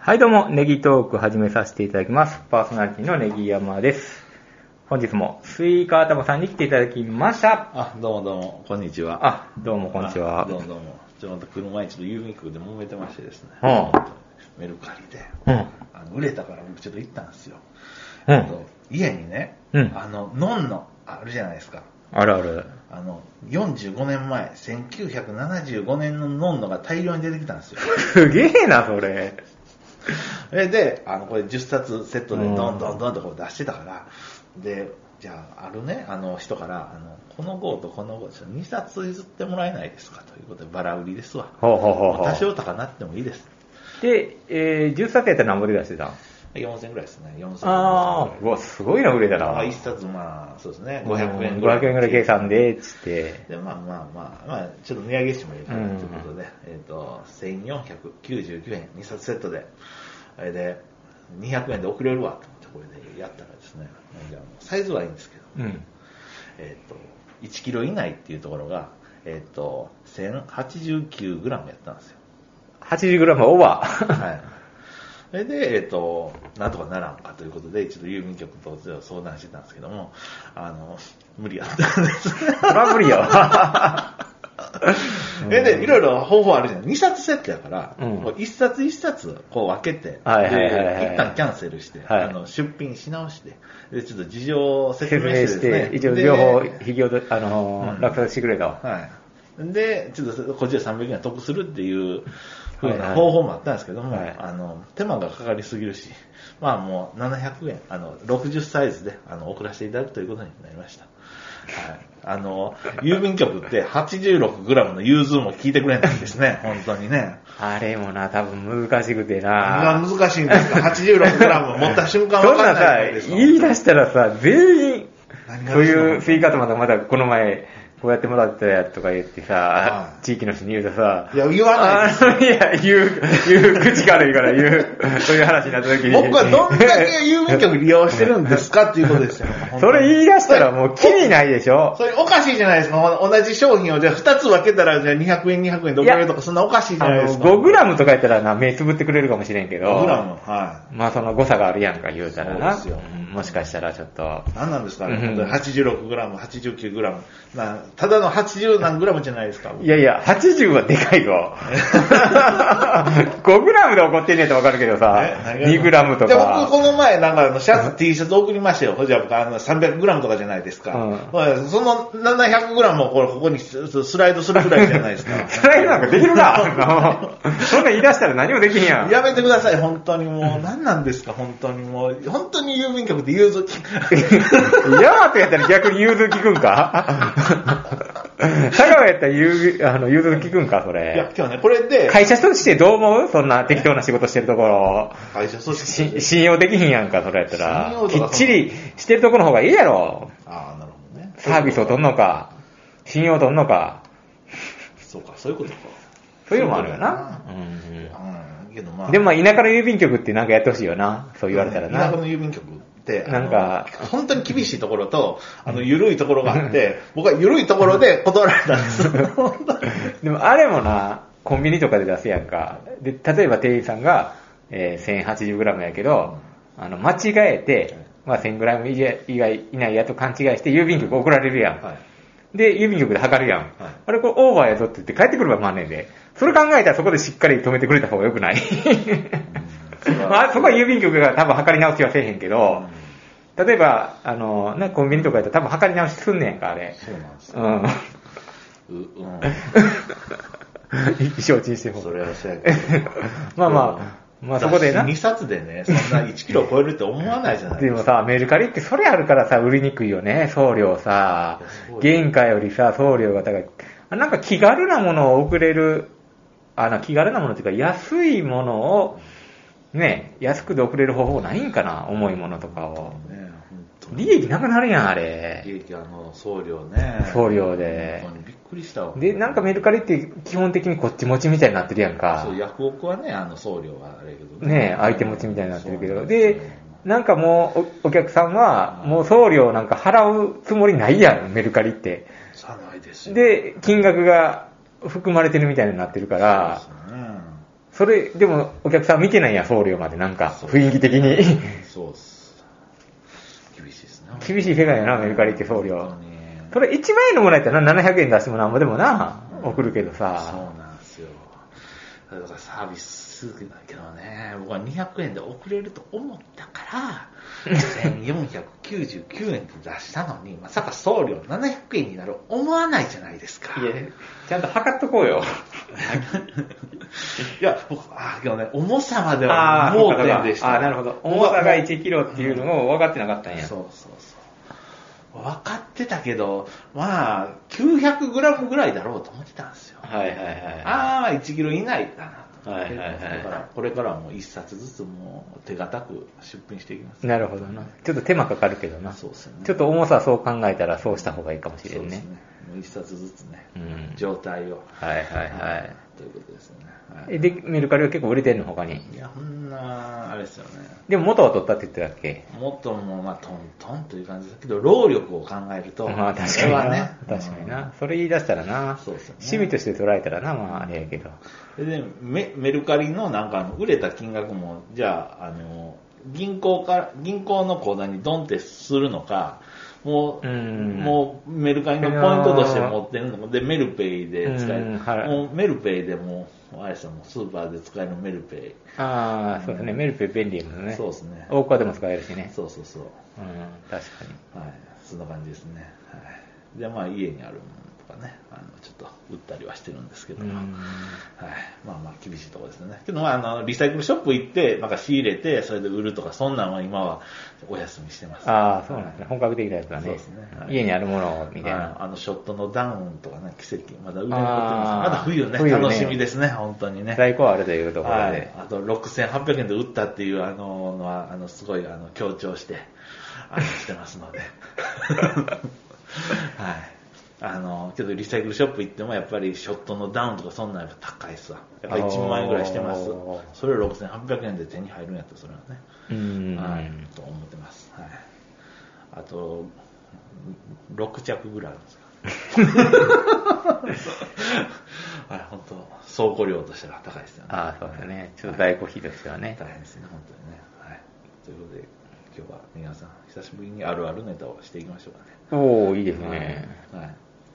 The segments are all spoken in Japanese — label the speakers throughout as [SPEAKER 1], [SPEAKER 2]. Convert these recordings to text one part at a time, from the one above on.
[SPEAKER 1] はい、どうも、ネギトーク始めさせていただきます。パーソナリティのネギ山です。本日もスイカ頭さんに来ていただきました。
[SPEAKER 2] あ、どうもどうも、こんにちは。
[SPEAKER 1] あ、どうもこんにちは
[SPEAKER 2] あ。どうもどうも。ちょっと車にちょっと郵便局で揉めてましてですね。
[SPEAKER 1] うん
[SPEAKER 2] メルカリで。
[SPEAKER 1] うん。
[SPEAKER 2] あの売れたから僕ちょっと行ったんですよ。
[SPEAKER 1] うん
[SPEAKER 2] あと家にね、
[SPEAKER 1] うん
[SPEAKER 2] あの、ノンの、あるじゃないですか。
[SPEAKER 1] あるある。
[SPEAKER 2] あの、45年前、1975年のノンのが大量に出てきたんですよ。
[SPEAKER 1] すげえな、それ。
[SPEAKER 2] えで、あの、これ10冊セットで
[SPEAKER 1] うん
[SPEAKER 2] どんどんどんとこう出してたから、で、じゃあ、あるね、あの人から、あの、この号とこの号、ちょっと2冊譲ってもらえないですかということで、バラ売りですわ。
[SPEAKER 1] ほうほうほうほ
[SPEAKER 2] 多
[SPEAKER 1] う。
[SPEAKER 2] 少高なってもいいです。
[SPEAKER 1] で、えー、10冊やったら何ぼで出してたん
[SPEAKER 2] 4000ぐらいですね。4000
[SPEAKER 1] ああ、うわ、すごいな、売れたな。
[SPEAKER 2] 1冊、まあ、そうですね、
[SPEAKER 1] うん
[SPEAKER 2] 500円ぐらい。
[SPEAKER 1] 500円ぐらい計算で、つって。
[SPEAKER 2] で、まあまあまあ、まあ、ちょっと値上げしてもいいかなということで、えっ、と、1499円、2冊セットで、あれで、200円で送れるわ、と思ってこれでやったらですね、じゃあもうサイズはいいんですけど、
[SPEAKER 1] うん。
[SPEAKER 2] えっ、と、1キロ以内っていうところが、えっ、と、1089グラムやったんですよ。
[SPEAKER 1] 80g オーバー。
[SPEAKER 2] はい。それで、えっ、と、なんとかならんかということで、ちょっと郵便局と相談してたんですけども、あの、無理やったんです。
[SPEAKER 1] トラブルやわ。
[SPEAKER 2] え、で、いろいろ方法あるじゃない。2冊セットやから、
[SPEAKER 1] うん
[SPEAKER 2] もう1冊1冊こう分けて、
[SPEAKER 1] はいはいはいはい
[SPEAKER 2] で一旦キャンセルして、
[SPEAKER 1] はい
[SPEAKER 2] あの出品し直して、で、ちょっと事情を説
[SPEAKER 1] 説
[SPEAKER 2] 明
[SPEAKER 1] 明
[SPEAKER 2] してで
[SPEAKER 1] し
[SPEAKER 2] すね
[SPEAKER 1] て、。一応
[SPEAKER 2] で
[SPEAKER 1] 両方、引き落と、あのー
[SPEAKER 2] うん
[SPEAKER 1] 落札してくれと。
[SPEAKER 2] はい。で、ちょっとこっちで300円得するっていうふう
[SPEAKER 1] はいは
[SPEAKER 2] ない方法もあったんですけども、
[SPEAKER 1] はい
[SPEAKER 2] あの、手間がかかりすぎるし、まあもう700円、あの、60サイズであの送らせていただくということになりました。はい。あの、郵便局って86グラムの融通も聞いてくれないんです ね、本当にね。
[SPEAKER 1] あれもな、多分難しくて
[SPEAKER 2] が
[SPEAKER 1] な。
[SPEAKER 2] 難しいんですか ?86 グラム持った瞬間
[SPEAKER 1] そ
[SPEAKER 2] わ
[SPEAKER 1] ん
[SPEAKER 2] か
[SPEAKER 1] なん
[SPEAKER 2] ない
[SPEAKER 1] さ
[SPEAKER 2] で、すか
[SPEAKER 1] 言い出したらさ、全員
[SPEAKER 2] 何、が
[SPEAKER 1] そうい
[SPEAKER 2] で
[SPEAKER 1] う
[SPEAKER 2] す
[SPEAKER 1] スイカとまたまたこの前、こうやってもらったやとか言ってさ
[SPEAKER 2] は、い
[SPEAKER 1] 地域の人に言うとさ、
[SPEAKER 2] いや、言わないです
[SPEAKER 1] あのいや、言う、言う、口軽いから言 う、そういう話になった時に。
[SPEAKER 2] 僕はどんだけ郵便局利用してるんですかっていうことですよ。
[SPEAKER 1] それ言い出したらもう、キリないでしょ。
[SPEAKER 2] それおかしいじゃないですか。同じ商品をじゃあ2つ分けたらじゃあ200円200円どこやるとかそんなおかしいじゃ
[SPEAKER 1] あ
[SPEAKER 2] ないで
[SPEAKER 1] の
[SPEAKER 2] すか。
[SPEAKER 1] 5グラムとかやったらな、目つぶってくれるかもしれんけど。
[SPEAKER 2] 5グラム。は
[SPEAKER 1] まあその誤差があるやんか言うたらな。
[SPEAKER 2] そうですよ
[SPEAKER 1] うんもしかしたらちょっと。
[SPEAKER 2] い。何なんですかね、
[SPEAKER 1] うん
[SPEAKER 2] 本当に86グラム、89グラム。なただの80何グラムじゃないですか。
[SPEAKER 1] いやいや、80はでかい ぞ。5グラムで怒ってんねやったらわかるけどさ
[SPEAKER 2] え、何
[SPEAKER 1] 2
[SPEAKER 2] が
[SPEAKER 1] グラムと
[SPEAKER 2] じゃあ僕
[SPEAKER 1] か。
[SPEAKER 2] この前なんかあのシャツ、T シャツ送りましたよ。ほじゃ僕あの300グラムとかじゃないですか。
[SPEAKER 1] うん
[SPEAKER 2] ほらその700グラムをこれここにススライドするぐらいじゃないです か。
[SPEAKER 1] スライドなんかできる かそんなん言い出したら何もできへんやん。
[SPEAKER 2] やめてください、本当にもう。何なんですか、本当にもう。本当に郵便局って言う ぞ。
[SPEAKER 1] ヤマトやったら逆に融通聞くんか佐川やったら融あの融通聞くんかそ
[SPEAKER 2] いや
[SPEAKER 1] れ。、
[SPEAKER 2] 今日ね、これで、
[SPEAKER 1] 会社としてどう思うそんな適当な仕事してるところ。
[SPEAKER 2] 会社組織と
[SPEAKER 1] し
[SPEAKER 2] して
[SPEAKER 1] 信用できひんやんか、それやったら
[SPEAKER 2] 信用。と
[SPEAKER 1] き
[SPEAKER 2] か
[SPEAKER 1] っちりしてるとこの方がいいやろ。
[SPEAKER 2] ああ、なるほどね。
[SPEAKER 1] サービスを取んのか、信用取んのか、
[SPEAKER 2] そうか、そういうことか。
[SPEAKER 1] そういうのもあるよな。
[SPEAKER 2] うん、けど
[SPEAKER 1] う
[SPEAKER 2] ま
[SPEAKER 1] ん
[SPEAKER 2] あ。
[SPEAKER 1] でもまあ田舎の郵便局ってなんかやってほしいよな。そう言われたら
[SPEAKER 2] 田舎
[SPEAKER 1] な。
[SPEAKER 2] の郵便局って、あの
[SPEAKER 1] なんか、
[SPEAKER 2] 本当に厳しいところと、あの、緩いところが あって、僕は緩いところで断られたんです。本当に
[SPEAKER 1] でもあれもな、コンビニとかで出すやんか。で、例えば店員さんが、えー 1080g やけど、あの、間違えて、まあ 1000g 以外以外以内やと勘違いして郵便局送られるやん。
[SPEAKER 2] はい
[SPEAKER 1] で、郵便局で測るやん。
[SPEAKER 2] はい
[SPEAKER 1] あれこれオーバーやぞって言って帰ってくればまんねんで。それ考えたらそこでしっかり止めてくれた方が良くない、まあ、そこは郵便局が多分測り直しはせえへんけど、例えば、あの、ね、コンビニとかやったら多分測り直しすんねんか、あれ。
[SPEAKER 2] そうなんですよ。
[SPEAKER 1] うん。
[SPEAKER 2] う、 うん。
[SPEAKER 1] 承知してほしい
[SPEAKER 2] それはそうやけど。
[SPEAKER 1] まあまあ、まあそこでな。
[SPEAKER 2] 2冊でね、そんな1キロ超えるって思わないじゃない
[SPEAKER 1] で
[SPEAKER 2] です
[SPEAKER 1] もさ、メルカリってそれあるからさ、売りにくいよね、送料さ
[SPEAKER 2] いやそう。よ
[SPEAKER 1] 原価よりさ、送料が高い。あなんか気軽なものを送れる、あの、気軽なものっていうか、安いものを、ね、安くで送れる方法ないんかな、重いものとかを。
[SPEAKER 2] か。ね、本当に。
[SPEAKER 1] 利益なくなるやん、あれ。
[SPEAKER 2] 利益、あの、送料ね。
[SPEAKER 1] 送料で
[SPEAKER 2] 本。当にびっくりしたわ。
[SPEAKER 1] で、なんかメルカリって基本的にこっち持ちみたいになってるやんか
[SPEAKER 2] そ。う、ヤフオクはね、あの送料はあれやけど
[SPEAKER 1] ね、相手持ちみたいになってるけ
[SPEAKER 2] そう
[SPEAKER 1] ど。
[SPEAKER 2] なんですよ
[SPEAKER 1] で、なんかもうおお客さんは、もう送料なんか払うつもりないやん、メルカリって。
[SPEAKER 2] さないですよ。
[SPEAKER 1] で、金額が含まれてるみたいになってるから、
[SPEAKER 2] そうですね
[SPEAKER 1] それ、でもお客さん見てないんや、送料まで、なんか、
[SPEAKER 2] そう
[SPEAKER 1] 雰囲気的に。
[SPEAKER 2] そうっす。厳しいですな。
[SPEAKER 1] 厳しい世界やな、メルカリって送料
[SPEAKER 2] 本。当に
[SPEAKER 1] それ1万円のもらえたらな、700円出してもなんぼでもな、送るけどさ。
[SPEAKER 2] そうなんですよ。だからサービスするけどね、僕は200円で送れると思ったから、1499円って出したのに、まさか送料700円になる思わないじゃないですか。
[SPEAKER 1] いや、ちゃんと測っとこうよ。
[SPEAKER 2] いや、僕、ああ、けどね、重さまでは盲点でした。
[SPEAKER 1] あーなるほど。重さが1キロっていうのを分かってなかったんや。
[SPEAKER 2] そうそうそう。分かってたけど、まあ、900グラムぐらいだろうと思ってたんですよ。
[SPEAKER 1] はいはいはい。
[SPEAKER 2] ああ、1キロ以内だなと思っ
[SPEAKER 1] は
[SPEAKER 2] て。
[SPEAKER 1] いはいはい
[SPEAKER 2] だから、これからはもう1冊ずつもう手堅く出品していきます。
[SPEAKER 1] なるほどな。ちょっと手間かかるけどな。
[SPEAKER 2] そうですよね。
[SPEAKER 1] ちょっと重さそう考えたらそうした方がいいかもしれ
[SPEAKER 2] そうんです
[SPEAKER 1] ね。
[SPEAKER 2] ね。もう1冊ずつね、
[SPEAKER 1] うん
[SPEAKER 2] 状態を。
[SPEAKER 1] はいはいはい。
[SPEAKER 2] ということですよね。は
[SPEAKER 1] えで、メルカリは結構売れてんの他に。
[SPEAKER 2] い、いや、こんな、あれですよね。
[SPEAKER 1] でも元は取ったって言ってたっけ
[SPEAKER 2] もっともう、まあ、トントンという感じだけど、労力を考えると、
[SPEAKER 1] まあ確
[SPEAKER 2] そ
[SPEAKER 1] か
[SPEAKER 2] れ
[SPEAKER 1] に
[SPEAKER 2] は
[SPEAKER 1] な、
[SPEAKER 2] ね、
[SPEAKER 1] 確かに
[SPEAKER 2] うん
[SPEAKER 1] な。それ言い出したらな。
[SPEAKER 2] そうですよね
[SPEAKER 1] 趣味として捉えたらな、まああれやけど。
[SPEAKER 2] それでメメルカリのなんかあの売れた金額も、じゃあ、あの、銀行から、銀行の口座にドンってするのか、もう、
[SPEAKER 1] うん
[SPEAKER 2] もうメルカリのポイントとして持ってるのか、で、メルペイで使え
[SPEAKER 1] うん
[SPEAKER 2] る。
[SPEAKER 1] はい
[SPEAKER 2] もうメルペイでもう、あれさ、もうスーパーで使えるメルペ
[SPEAKER 1] ああ、そうですね。メルペイ便利やもん
[SPEAKER 2] イ。
[SPEAKER 1] ね。
[SPEAKER 2] そうですね。
[SPEAKER 1] 大川でも使えるしね。
[SPEAKER 2] そうそうそう。
[SPEAKER 1] うん、確かに。
[SPEAKER 2] はい、そんな感じですね。はい、で、まあ、家にあるものとかね、あのちょっと売ったりはしてるんですけども、
[SPEAKER 1] う
[SPEAKER 2] は
[SPEAKER 1] ん
[SPEAKER 2] い、まあまあ、厳しいところですね。けど、まあ、あのリサイクルショップ行って、なんか仕入れて、それで売るとか、そんなんは今はお休みしてます。
[SPEAKER 1] ああ、そうなんですね。本格的なやつだね。
[SPEAKER 2] そうですねはい
[SPEAKER 1] 家にあるものみたいな。
[SPEAKER 2] はいあのショットのダウンとかね、奇跡、まだ売れ残って
[SPEAKER 1] あー
[SPEAKER 2] ます。まだ冬ね、
[SPEAKER 1] 冬ね
[SPEAKER 2] 楽しみですね、本当にね。
[SPEAKER 1] 在庫はあるというところで。
[SPEAKER 2] はい、あと6800円で売ったっていうあののはあのすごいあの強調してあのしてま すので、はい、あのけどリサイクルショップ行ってもやっぱりショットのダウンとかそんなんやっぱ高いっすわやっぱ1万円ぐらいしてます
[SPEAKER 1] おー
[SPEAKER 2] それを6800円で手に入るんやったらそれはね、
[SPEAKER 1] うん。
[SPEAKER 2] はい、と思ってます、はい、あと6着ぐらいあるんですか はい、本当倉庫料としては高いですよね。
[SPEAKER 1] ああ、そうですね。ちょっと在庫費としてはね。
[SPEAKER 2] 大変ですね、本当にね。はい。ということで、今日は皆さん、久しぶりにあるあるネタをしていきましょうかね。
[SPEAKER 1] おおいいですね。
[SPEAKER 2] はい。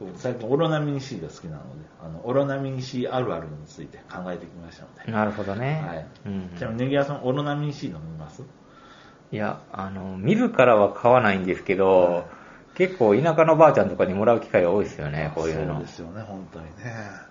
[SPEAKER 2] 僕最近、オロナミン C が好きなので、あの、オロナミン C あるあるについて考えてきましたので。
[SPEAKER 1] なるほどね。
[SPEAKER 2] はい。
[SPEAKER 1] うん、
[SPEAKER 2] ちなみに、ネギ屋さん、オロナミン C 飲みます
[SPEAKER 1] いや、あの、自らは買わないんですけど、結構田舎のばあちゃんとかにもらう機会が多いですよね、こういう
[SPEAKER 2] そう
[SPEAKER 1] の
[SPEAKER 2] で。すよね、本当に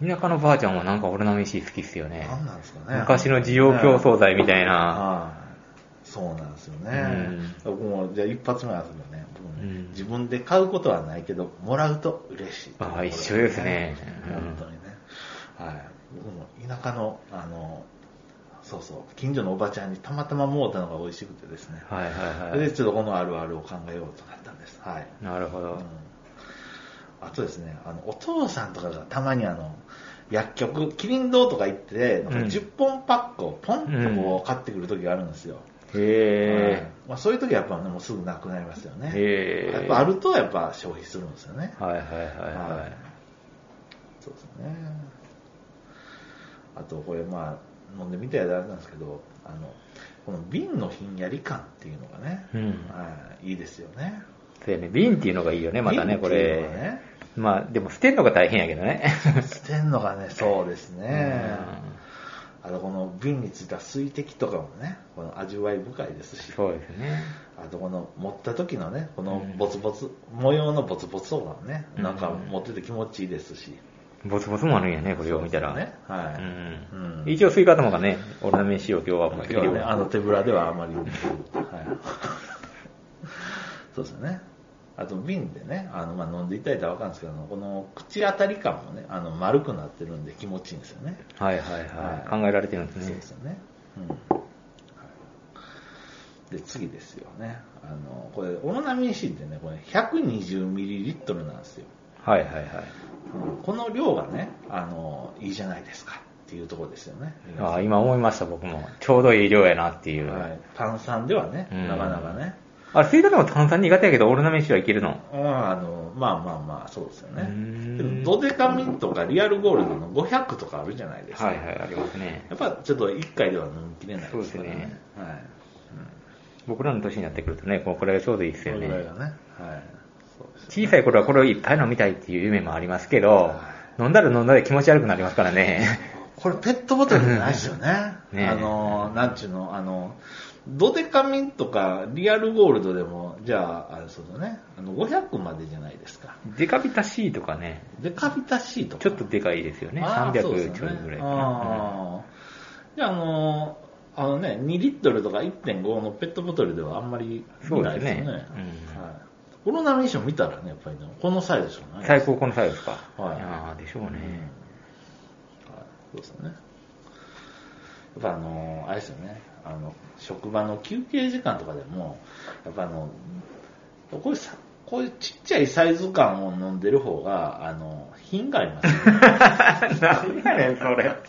[SPEAKER 2] ね。
[SPEAKER 1] 田舎のばあちゃんはなんか俺の飯好きっすよね。
[SPEAKER 2] 何なんですかね。
[SPEAKER 1] 昔の需要競争剤みたいな。
[SPEAKER 2] はいそうなんですよね。僕も、じゃあ一発目なんですけどね、僕ね
[SPEAKER 1] うん
[SPEAKER 2] 自分で買うことはないけど、もらうと嬉しいっていうところ、
[SPEAKER 1] あ一緒ですねうん
[SPEAKER 2] 本当にね。はい。僕も田舎の、あの、そうそう、近所のおばちゃんにたまたまもうたのが美味しくてですね。
[SPEAKER 1] はいはい
[SPEAKER 2] それ
[SPEAKER 1] は
[SPEAKER 2] でちょっとこのあるあるを考えようとなったんです。はい。
[SPEAKER 1] い。なるほど。
[SPEAKER 2] あとですね、あのお父さんとかがたまにあの薬局、キリン堂とか行って、なんか
[SPEAKER 1] うん
[SPEAKER 2] 10本パックをポンとこう買ってくる時があるんですよ。は
[SPEAKER 1] へ
[SPEAKER 2] いまあ、そういう時はやっぱ、ね、もうすぐなくなりますよ
[SPEAKER 1] え。
[SPEAKER 2] ね。
[SPEAKER 1] へえ。
[SPEAKER 2] やっぱあるとやっぱ消費するんですよね。
[SPEAKER 1] はいはいはいは
[SPEAKER 2] そうですね。あとこれまあ飲んでみたらあれなんですけど、あのこの瓶のひんやり感っていうのがね、
[SPEAKER 1] い。うん。
[SPEAKER 2] はいいいですよね。
[SPEAKER 1] そうやね。瓶っていうのがいいよね、またね、
[SPEAKER 2] 瓶っ
[SPEAKER 1] こ
[SPEAKER 2] ていうのが
[SPEAKER 1] れ。
[SPEAKER 2] ね
[SPEAKER 1] まあ、でも捨てるのが大変やけど ね。
[SPEAKER 2] 捨てんのがね、そうですね
[SPEAKER 1] うん。
[SPEAKER 2] あとこの瓶についた水滴とかもね、この味わい深いですし、
[SPEAKER 1] そうですね。
[SPEAKER 2] あとこの持った時のね、このボツボツ、模様のボツボツとかもね、
[SPEAKER 1] うん
[SPEAKER 2] なんか持ってて気持ちいいですし、
[SPEAKER 1] ボツボツもあるんやね、これを見たら。
[SPEAKER 2] ね、はい。
[SPEAKER 1] うん
[SPEAKER 2] うん
[SPEAKER 1] 一応スイカ頭がね、オルナメン仕様今日は持
[SPEAKER 2] ま
[SPEAKER 1] っ
[SPEAKER 2] あ
[SPEAKER 1] てきて
[SPEAKER 2] 今日
[SPEAKER 1] る
[SPEAKER 2] はね、
[SPEAKER 1] よ。
[SPEAKER 2] あの手ぶらではあまり、はい、そうですよね。あと瓶でね、あのまあ飲んでいただいたらわかるんですけど、この口当たり感もね、あの丸くなってるんで気持ちいいんですよね。
[SPEAKER 1] はいはいはい。考えられてるんです
[SPEAKER 2] そう
[SPEAKER 1] ね
[SPEAKER 2] です。よね。うんはいで、次ですよね。あの、これ、オロナミン C ってね、これ 120ml なんですよ。
[SPEAKER 1] はいはいはい。
[SPEAKER 2] うんこの量がね、あの、いいじゃないですかっていうところですよね。
[SPEAKER 1] ああ、今思いました、僕も。ちょうどいい量やなっていう。
[SPEAKER 2] はい、炭酸ではね、
[SPEAKER 1] うん
[SPEAKER 2] なかなかね。
[SPEAKER 1] あれ、スイカ頭炭酸苦手やけど、オルナメン仕様いけるの。
[SPEAKER 2] うんあのまあまあまあ、そうですよ
[SPEAKER 1] う
[SPEAKER 2] ね。
[SPEAKER 1] ん
[SPEAKER 2] けどドデカミンとかリアルゴールドの500とかあるじゃないですか。
[SPEAKER 1] はいはい、ありますね。
[SPEAKER 2] やっぱちょっと1回では飲みきれないですから
[SPEAKER 1] そうです
[SPEAKER 2] ね
[SPEAKER 1] ね。
[SPEAKER 2] はい。
[SPEAKER 1] 僕らの年になってくるとね、こうこれがちょうどいいです
[SPEAKER 2] そ
[SPEAKER 1] よ
[SPEAKER 2] れぐらい
[SPEAKER 1] ね。
[SPEAKER 2] がね。はい。そうです
[SPEAKER 1] 小さい頃はこれをいっぱい飲みたいっていう夢もありますけど、飲んだら飲んだで気持ち悪くなりますから ね。
[SPEAKER 2] これペットボトルじゃないですよね。
[SPEAKER 1] ねえ
[SPEAKER 2] あの、なんちゅうの、あの、ドデカミンとかリアルゴールドでも、じゃあ、あれそうだね、あの500までじゃないですか。
[SPEAKER 1] デカビタ C とかね、
[SPEAKER 2] デカビタ C とか。
[SPEAKER 1] ちょっとでかいですよね。300
[SPEAKER 2] あー
[SPEAKER 1] ちょいぐらいかな。
[SPEAKER 2] そうですよねあーじゃあ、あのー、あのね、2リットルとか1.5のペットボトルではあんまり
[SPEAKER 1] そ
[SPEAKER 2] 見
[SPEAKER 1] う
[SPEAKER 2] な
[SPEAKER 1] で
[SPEAKER 2] い
[SPEAKER 1] す
[SPEAKER 2] ですよ
[SPEAKER 1] ね
[SPEAKER 2] ね。はい、コロナミーション見たらね、やっぱりね、このサイズしか
[SPEAKER 1] う
[SPEAKER 2] なんい。
[SPEAKER 1] 最高このサイズか。
[SPEAKER 2] はい
[SPEAKER 1] ああ、でしょう ね。
[SPEAKER 2] そうですよね。やっぱあのーあれですよね、あの、職場の休憩時間とかでも、やっぱあの、こういうさ、こういうちっちゃいサイズ感を飲んでる方が、あの、品がありますよね。
[SPEAKER 1] 何やねん、それ。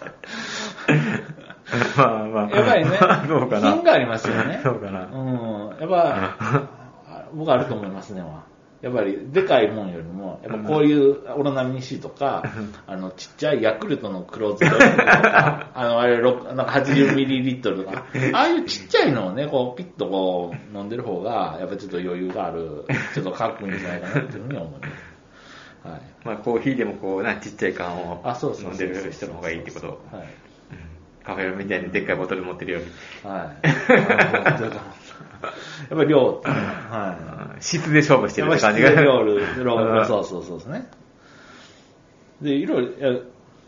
[SPEAKER 1] まあまあ。、
[SPEAKER 2] やっぱりね
[SPEAKER 1] そうか
[SPEAKER 2] 品が
[SPEAKER 1] な。
[SPEAKER 2] ありますよね。
[SPEAKER 1] そうかな
[SPEAKER 2] うん。やっぱ、あ僕あると思いますね、は。やっぱり、でかいもんよりも、やっぱこういうオロナミン C とか、あの、ちっちゃいヤクルトのクローズド とか、あの、あれ、ろくなんか80ミリリットルとか、ああいうちっちゃいのをね、こう、ピッとこう、飲んでる方が、やっぱちょっと余裕がある、ちょっとかっこいいんじゃないかなっていうふうに思います。はい。
[SPEAKER 1] まあコーヒーでもこうな、ちっちゃい缶を
[SPEAKER 2] あ、そうそうそう
[SPEAKER 1] 飲んでる人の方がいいってこと。
[SPEAKER 2] はい。
[SPEAKER 1] カフェみたいにでっかいボトル持ってるより。
[SPEAKER 2] はい。あのやっぱり量っていうのは、はい。
[SPEAKER 1] 質で勝負してるって感じが。
[SPEAKER 2] やっぱり質 でロールロール
[SPEAKER 1] う
[SPEAKER 2] そ
[SPEAKER 1] ん
[SPEAKER 2] うそうそうですね。で、いろいろいや、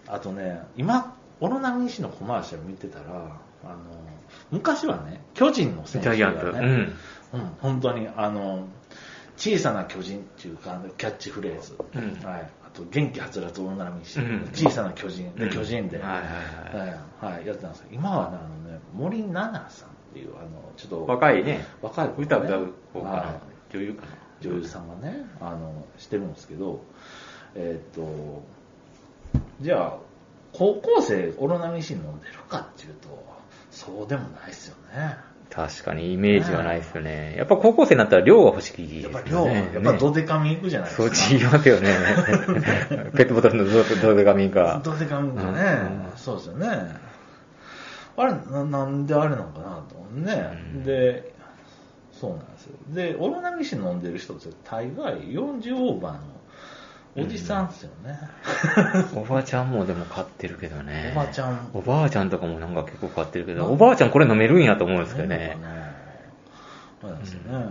[SPEAKER 2] あとね、今、オロナミン C のコマーシャル見てたら、あの、昔はね、巨人の選
[SPEAKER 1] ジャ
[SPEAKER 2] 手
[SPEAKER 1] イア
[SPEAKER 2] が
[SPEAKER 1] ンツ。う
[SPEAKER 2] ね、
[SPEAKER 1] ん。
[SPEAKER 2] うん、本当に、あの、小さな巨人っていうか、キャッチフレーズ。
[SPEAKER 1] うん
[SPEAKER 2] はい。あと、元気はつらつオロナミン C
[SPEAKER 1] うん。
[SPEAKER 2] 小さな巨人。
[SPEAKER 1] う
[SPEAKER 2] で、
[SPEAKER 1] ん
[SPEAKER 2] 巨人で。
[SPEAKER 1] はいはいはい
[SPEAKER 2] はい。はい。やってたんですけど今はね、あのね、森七菜さんっていう、あの、ちょっと、
[SPEAKER 1] 若いね、
[SPEAKER 2] 若い子ね
[SPEAKER 1] 歌歌う子か
[SPEAKER 2] は。
[SPEAKER 1] ない女優かな。
[SPEAKER 2] 女優さんがね、あの、してるんですけど、えーっと、じゃあ、高校生オロナミン C 飲んでるかっていうと、そうでもないですよね。
[SPEAKER 1] 確かにイメージはないですよね。やっぱ高校生になったら量が欲しいですよ
[SPEAKER 2] やっ
[SPEAKER 1] ね。
[SPEAKER 2] ぱ量、やっぱドデカミンいくじゃないです
[SPEAKER 1] そ
[SPEAKER 2] か。
[SPEAKER 1] うち言いますよ ね。ペットボトルのどどでかみか。
[SPEAKER 2] ドデカミンがね、
[SPEAKER 1] うん
[SPEAKER 2] そうですよね。あれな、なんであれなのかなと思うね。
[SPEAKER 1] うん
[SPEAKER 2] で、そうなんですよ。で、オロナミン C 飲んでる人って大概40オーバーのおじさんですよね。
[SPEAKER 1] おばあちゃんもでも買ってるけどね。
[SPEAKER 2] おばちゃん
[SPEAKER 1] おばあちゃんとかもなんか結構買ってるけど、おばあちゃんこれ飲めるんやと思うんですけどね。
[SPEAKER 2] そうなんですよね。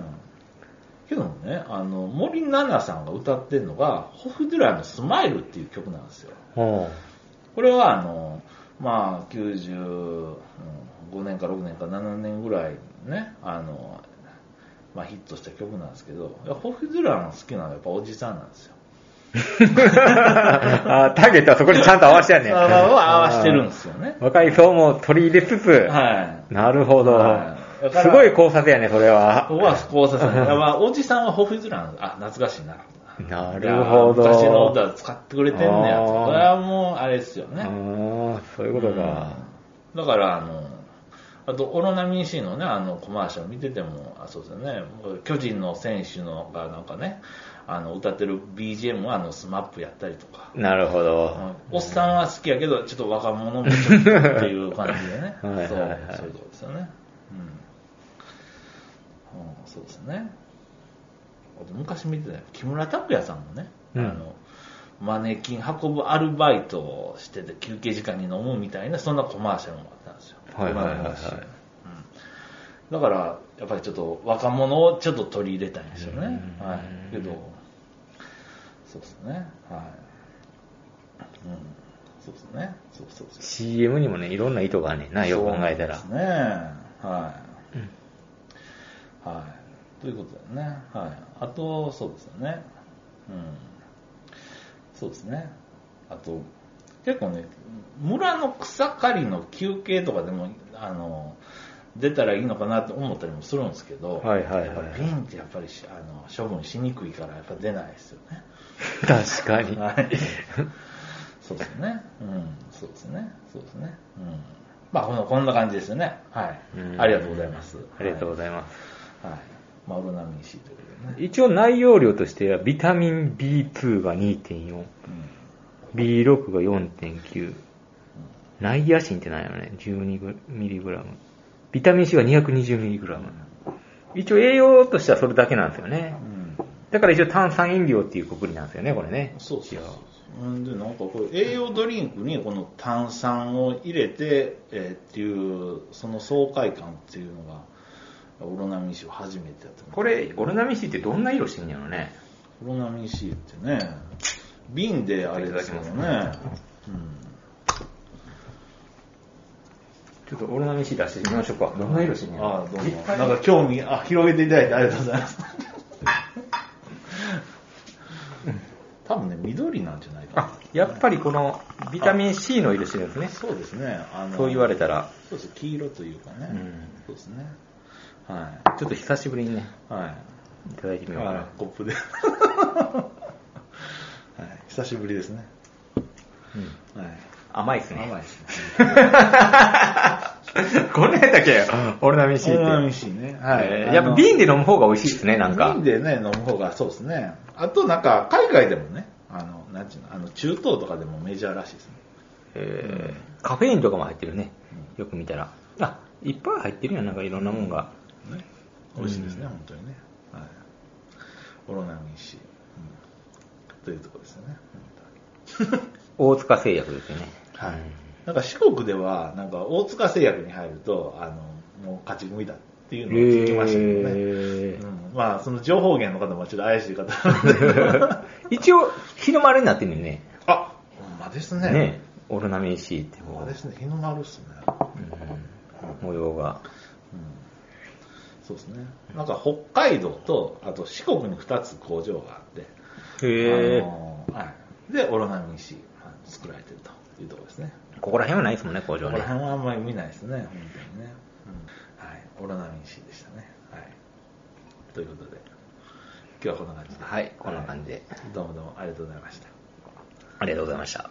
[SPEAKER 2] けどね、あの、森七菜さんが歌ってるのが、ホフドゥラーのスマイルっていう曲なんですよ。
[SPEAKER 1] ほ
[SPEAKER 2] これはあの、まあ、95年か6年か7年ぐらいね、あの、まあヒットした曲なんですけど、いやホフドゥラーの好きなのはやっぱおじさんなんですよ。
[SPEAKER 1] うあターゲットはそこにちゃんと合わせてやんねん。
[SPEAKER 2] あまあ合わしてるんですよね。
[SPEAKER 1] 若い層も取り入れつつ、
[SPEAKER 2] はい。
[SPEAKER 1] なるほど、
[SPEAKER 2] はいだから
[SPEAKER 1] すごい考察やね、それ
[SPEAKER 2] こ
[SPEAKER 1] は。
[SPEAKER 2] こはこうさ せない。まあ、おじさんはホフズラン、あ、懐かしいな。
[SPEAKER 1] なるほど
[SPEAKER 2] 昔の歌使ってくれてんねや
[SPEAKER 1] あ
[SPEAKER 2] と。
[SPEAKER 1] ー
[SPEAKER 2] これはもう、あれですよ
[SPEAKER 1] ああ
[SPEAKER 2] ね。
[SPEAKER 1] ー、そういうことか。
[SPEAKER 2] うんだから、あの、あと、オロナミン C のね、あの、コマーシャル見てても、あ、そうですよね、巨人の選手のが、なんかね、あの、歌ってる BGM は、あの、スマップやったりとか、
[SPEAKER 1] なるほど。
[SPEAKER 2] うんおっさんは好きやけど、ちょっと若者もちょっとっていう感じでね
[SPEAKER 1] 。はいはいはい
[SPEAKER 2] そう、そういうことですよね。うん。うん、そうですね。あと昔見てたよ木村拓哉さんもね、
[SPEAKER 1] うん
[SPEAKER 2] あの、マネキン運ぶアルバイトをしてて休憩時間に飲むみたいな、そんなコマーシャルもあったんですよ。
[SPEAKER 1] はいはいはいはい
[SPEAKER 2] コマーシャルうんだから、やっぱりちょっと若者をちょっと取り入れたいんですよね。
[SPEAKER 1] うん
[SPEAKER 2] はい。けど、そうですね。はい。うん。そうですね。そうそうそう。
[SPEAKER 1] CM にもね、いろんな意図がね、な、よく考えたら。
[SPEAKER 2] そうなんですね。は
[SPEAKER 1] う
[SPEAKER 2] い。
[SPEAKER 1] ん
[SPEAKER 2] はい。ということだよね。はい。あと、そうですよね。うん。そうですね。あと、結構ね、村の草刈りの休憩とかでも、あの、出たらいいのかなって思ったりもするんですけど、
[SPEAKER 1] はいはいはい
[SPEAKER 2] やっぱり瓶ってやっぱりしあの処分しにくいからやっぱ出ないですよね。
[SPEAKER 1] 確か に。
[SPEAKER 2] はい。 そうですね。うん。そうですね。そうですね。うん。まあ、このこんな感じですよね。はい
[SPEAKER 1] うん。
[SPEAKER 2] ありがとうございます。
[SPEAKER 1] ありがとうご
[SPEAKER 2] い
[SPEAKER 1] ざいます。
[SPEAKER 2] ます。はい。まあ、オロナミン C ということでね。
[SPEAKER 1] 一応内容量としては、ビタミン B2 が2.4、
[SPEAKER 2] うん。
[SPEAKER 1] B6 が4.9、ナイアシンって何やろね。12mg。ビタミン C は 220mg。一応栄養としてはそれだけなんですよね。だから一応炭酸飲料っていうくくりなんですよね、これね。
[SPEAKER 2] そうそうそう。うんで、なんかこれ、栄養ドリンクにこの炭酸を入れて、えーっていう、その爽快感っていうのが、オロナミン C を初めてやった
[SPEAKER 1] これ、オロナミン C ってどんな色してんやろね。
[SPEAKER 2] オロナミン C ってね、瓶であれだけどね、
[SPEAKER 1] ちょっとオロナミン C 出してみましょうか。どんな色してん
[SPEAKER 2] う
[SPEAKER 1] や
[SPEAKER 2] ん、
[SPEAKER 1] ろ
[SPEAKER 2] ああ、どう
[SPEAKER 1] いっ
[SPEAKER 2] も、
[SPEAKER 1] ぱい
[SPEAKER 2] なんか興味あ広げていただいてありがとうございます。 多分ね、緑なんじゃないかな
[SPEAKER 1] あ、やっぱりこのビタミン C の色してるんですね。
[SPEAKER 2] そうですね。あの
[SPEAKER 1] そう言われたら。
[SPEAKER 2] そうです黄色というかね。
[SPEAKER 1] うん
[SPEAKER 2] そうですね。は
[SPEAKER 1] ちょっと久しぶりにね、
[SPEAKER 2] い。はい
[SPEAKER 1] ただいて
[SPEAKER 2] い。
[SPEAKER 1] みようか
[SPEAKER 2] は。
[SPEAKER 1] ない
[SPEAKER 2] コッ プで。はい。久しぶりですね。
[SPEAKER 1] うん
[SPEAKER 2] はい。
[SPEAKER 1] 甘いですね。
[SPEAKER 2] 甘いですね。
[SPEAKER 1] これだけオロナミン C っ
[SPEAKER 2] オ
[SPEAKER 1] て。
[SPEAKER 2] ロナミン C ね。はい。
[SPEAKER 1] えーやっぱ瓶で飲む方が美味しいですね、なんか
[SPEAKER 2] 瓶。でね、飲む方がそうですね。あとなんか、海外でもね、あの、なんちゅうの、あの、中東とかでもメジャーらしいですね。
[SPEAKER 1] えーカフェインとかも入ってるね。よく見たら。あ、いっぱい入ってるやん、なんかいろんなもんが。
[SPEAKER 2] ね、美味しいですね、本当にね、はい、オロナミン C、うん、というところですよね、
[SPEAKER 1] 大塚製薬ですよね。
[SPEAKER 2] はい
[SPEAKER 1] うん
[SPEAKER 2] なんか四国ではなんか大塚製薬に入るとあのもう勝ち組だっていうのを聞きましたけどね、
[SPEAKER 1] へー
[SPEAKER 2] うん、まあその情報源の方もちょっと怪しい方 なんで
[SPEAKER 1] 一応、日の丸になってるよね。
[SPEAKER 2] あほんまですね
[SPEAKER 1] ね。オロナミン C って
[SPEAKER 2] ほん
[SPEAKER 1] こ
[SPEAKER 2] ま
[SPEAKER 1] う
[SPEAKER 2] ですね日の丸っすね、
[SPEAKER 1] うん模様が。
[SPEAKER 2] うん、そうですねなんか北海道とあと四国に2つ工場があって
[SPEAKER 1] へー
[SPEAKER 2] あのはい、で、オロナミン C はい作られてるというところですね。
[SPEAKER 1] ここら辺はないですもんね、工
[SPEAKER 2] こ
[SPEAKER 1] 場
[SPEAKER 2] こら
[SPEAKER 1] ね。
[SPEAKER 2] 辺はあんまり見ないですね、本当にね。うんはい、オロナミン C でしたね。はい。ということで、今日はこんな感じで。
[SPEAKER 1] はい、こんな感じで。
[SPEAKER 2] どうもどうもありがとうございました。
[SPEAKER 1] ありがとうございました。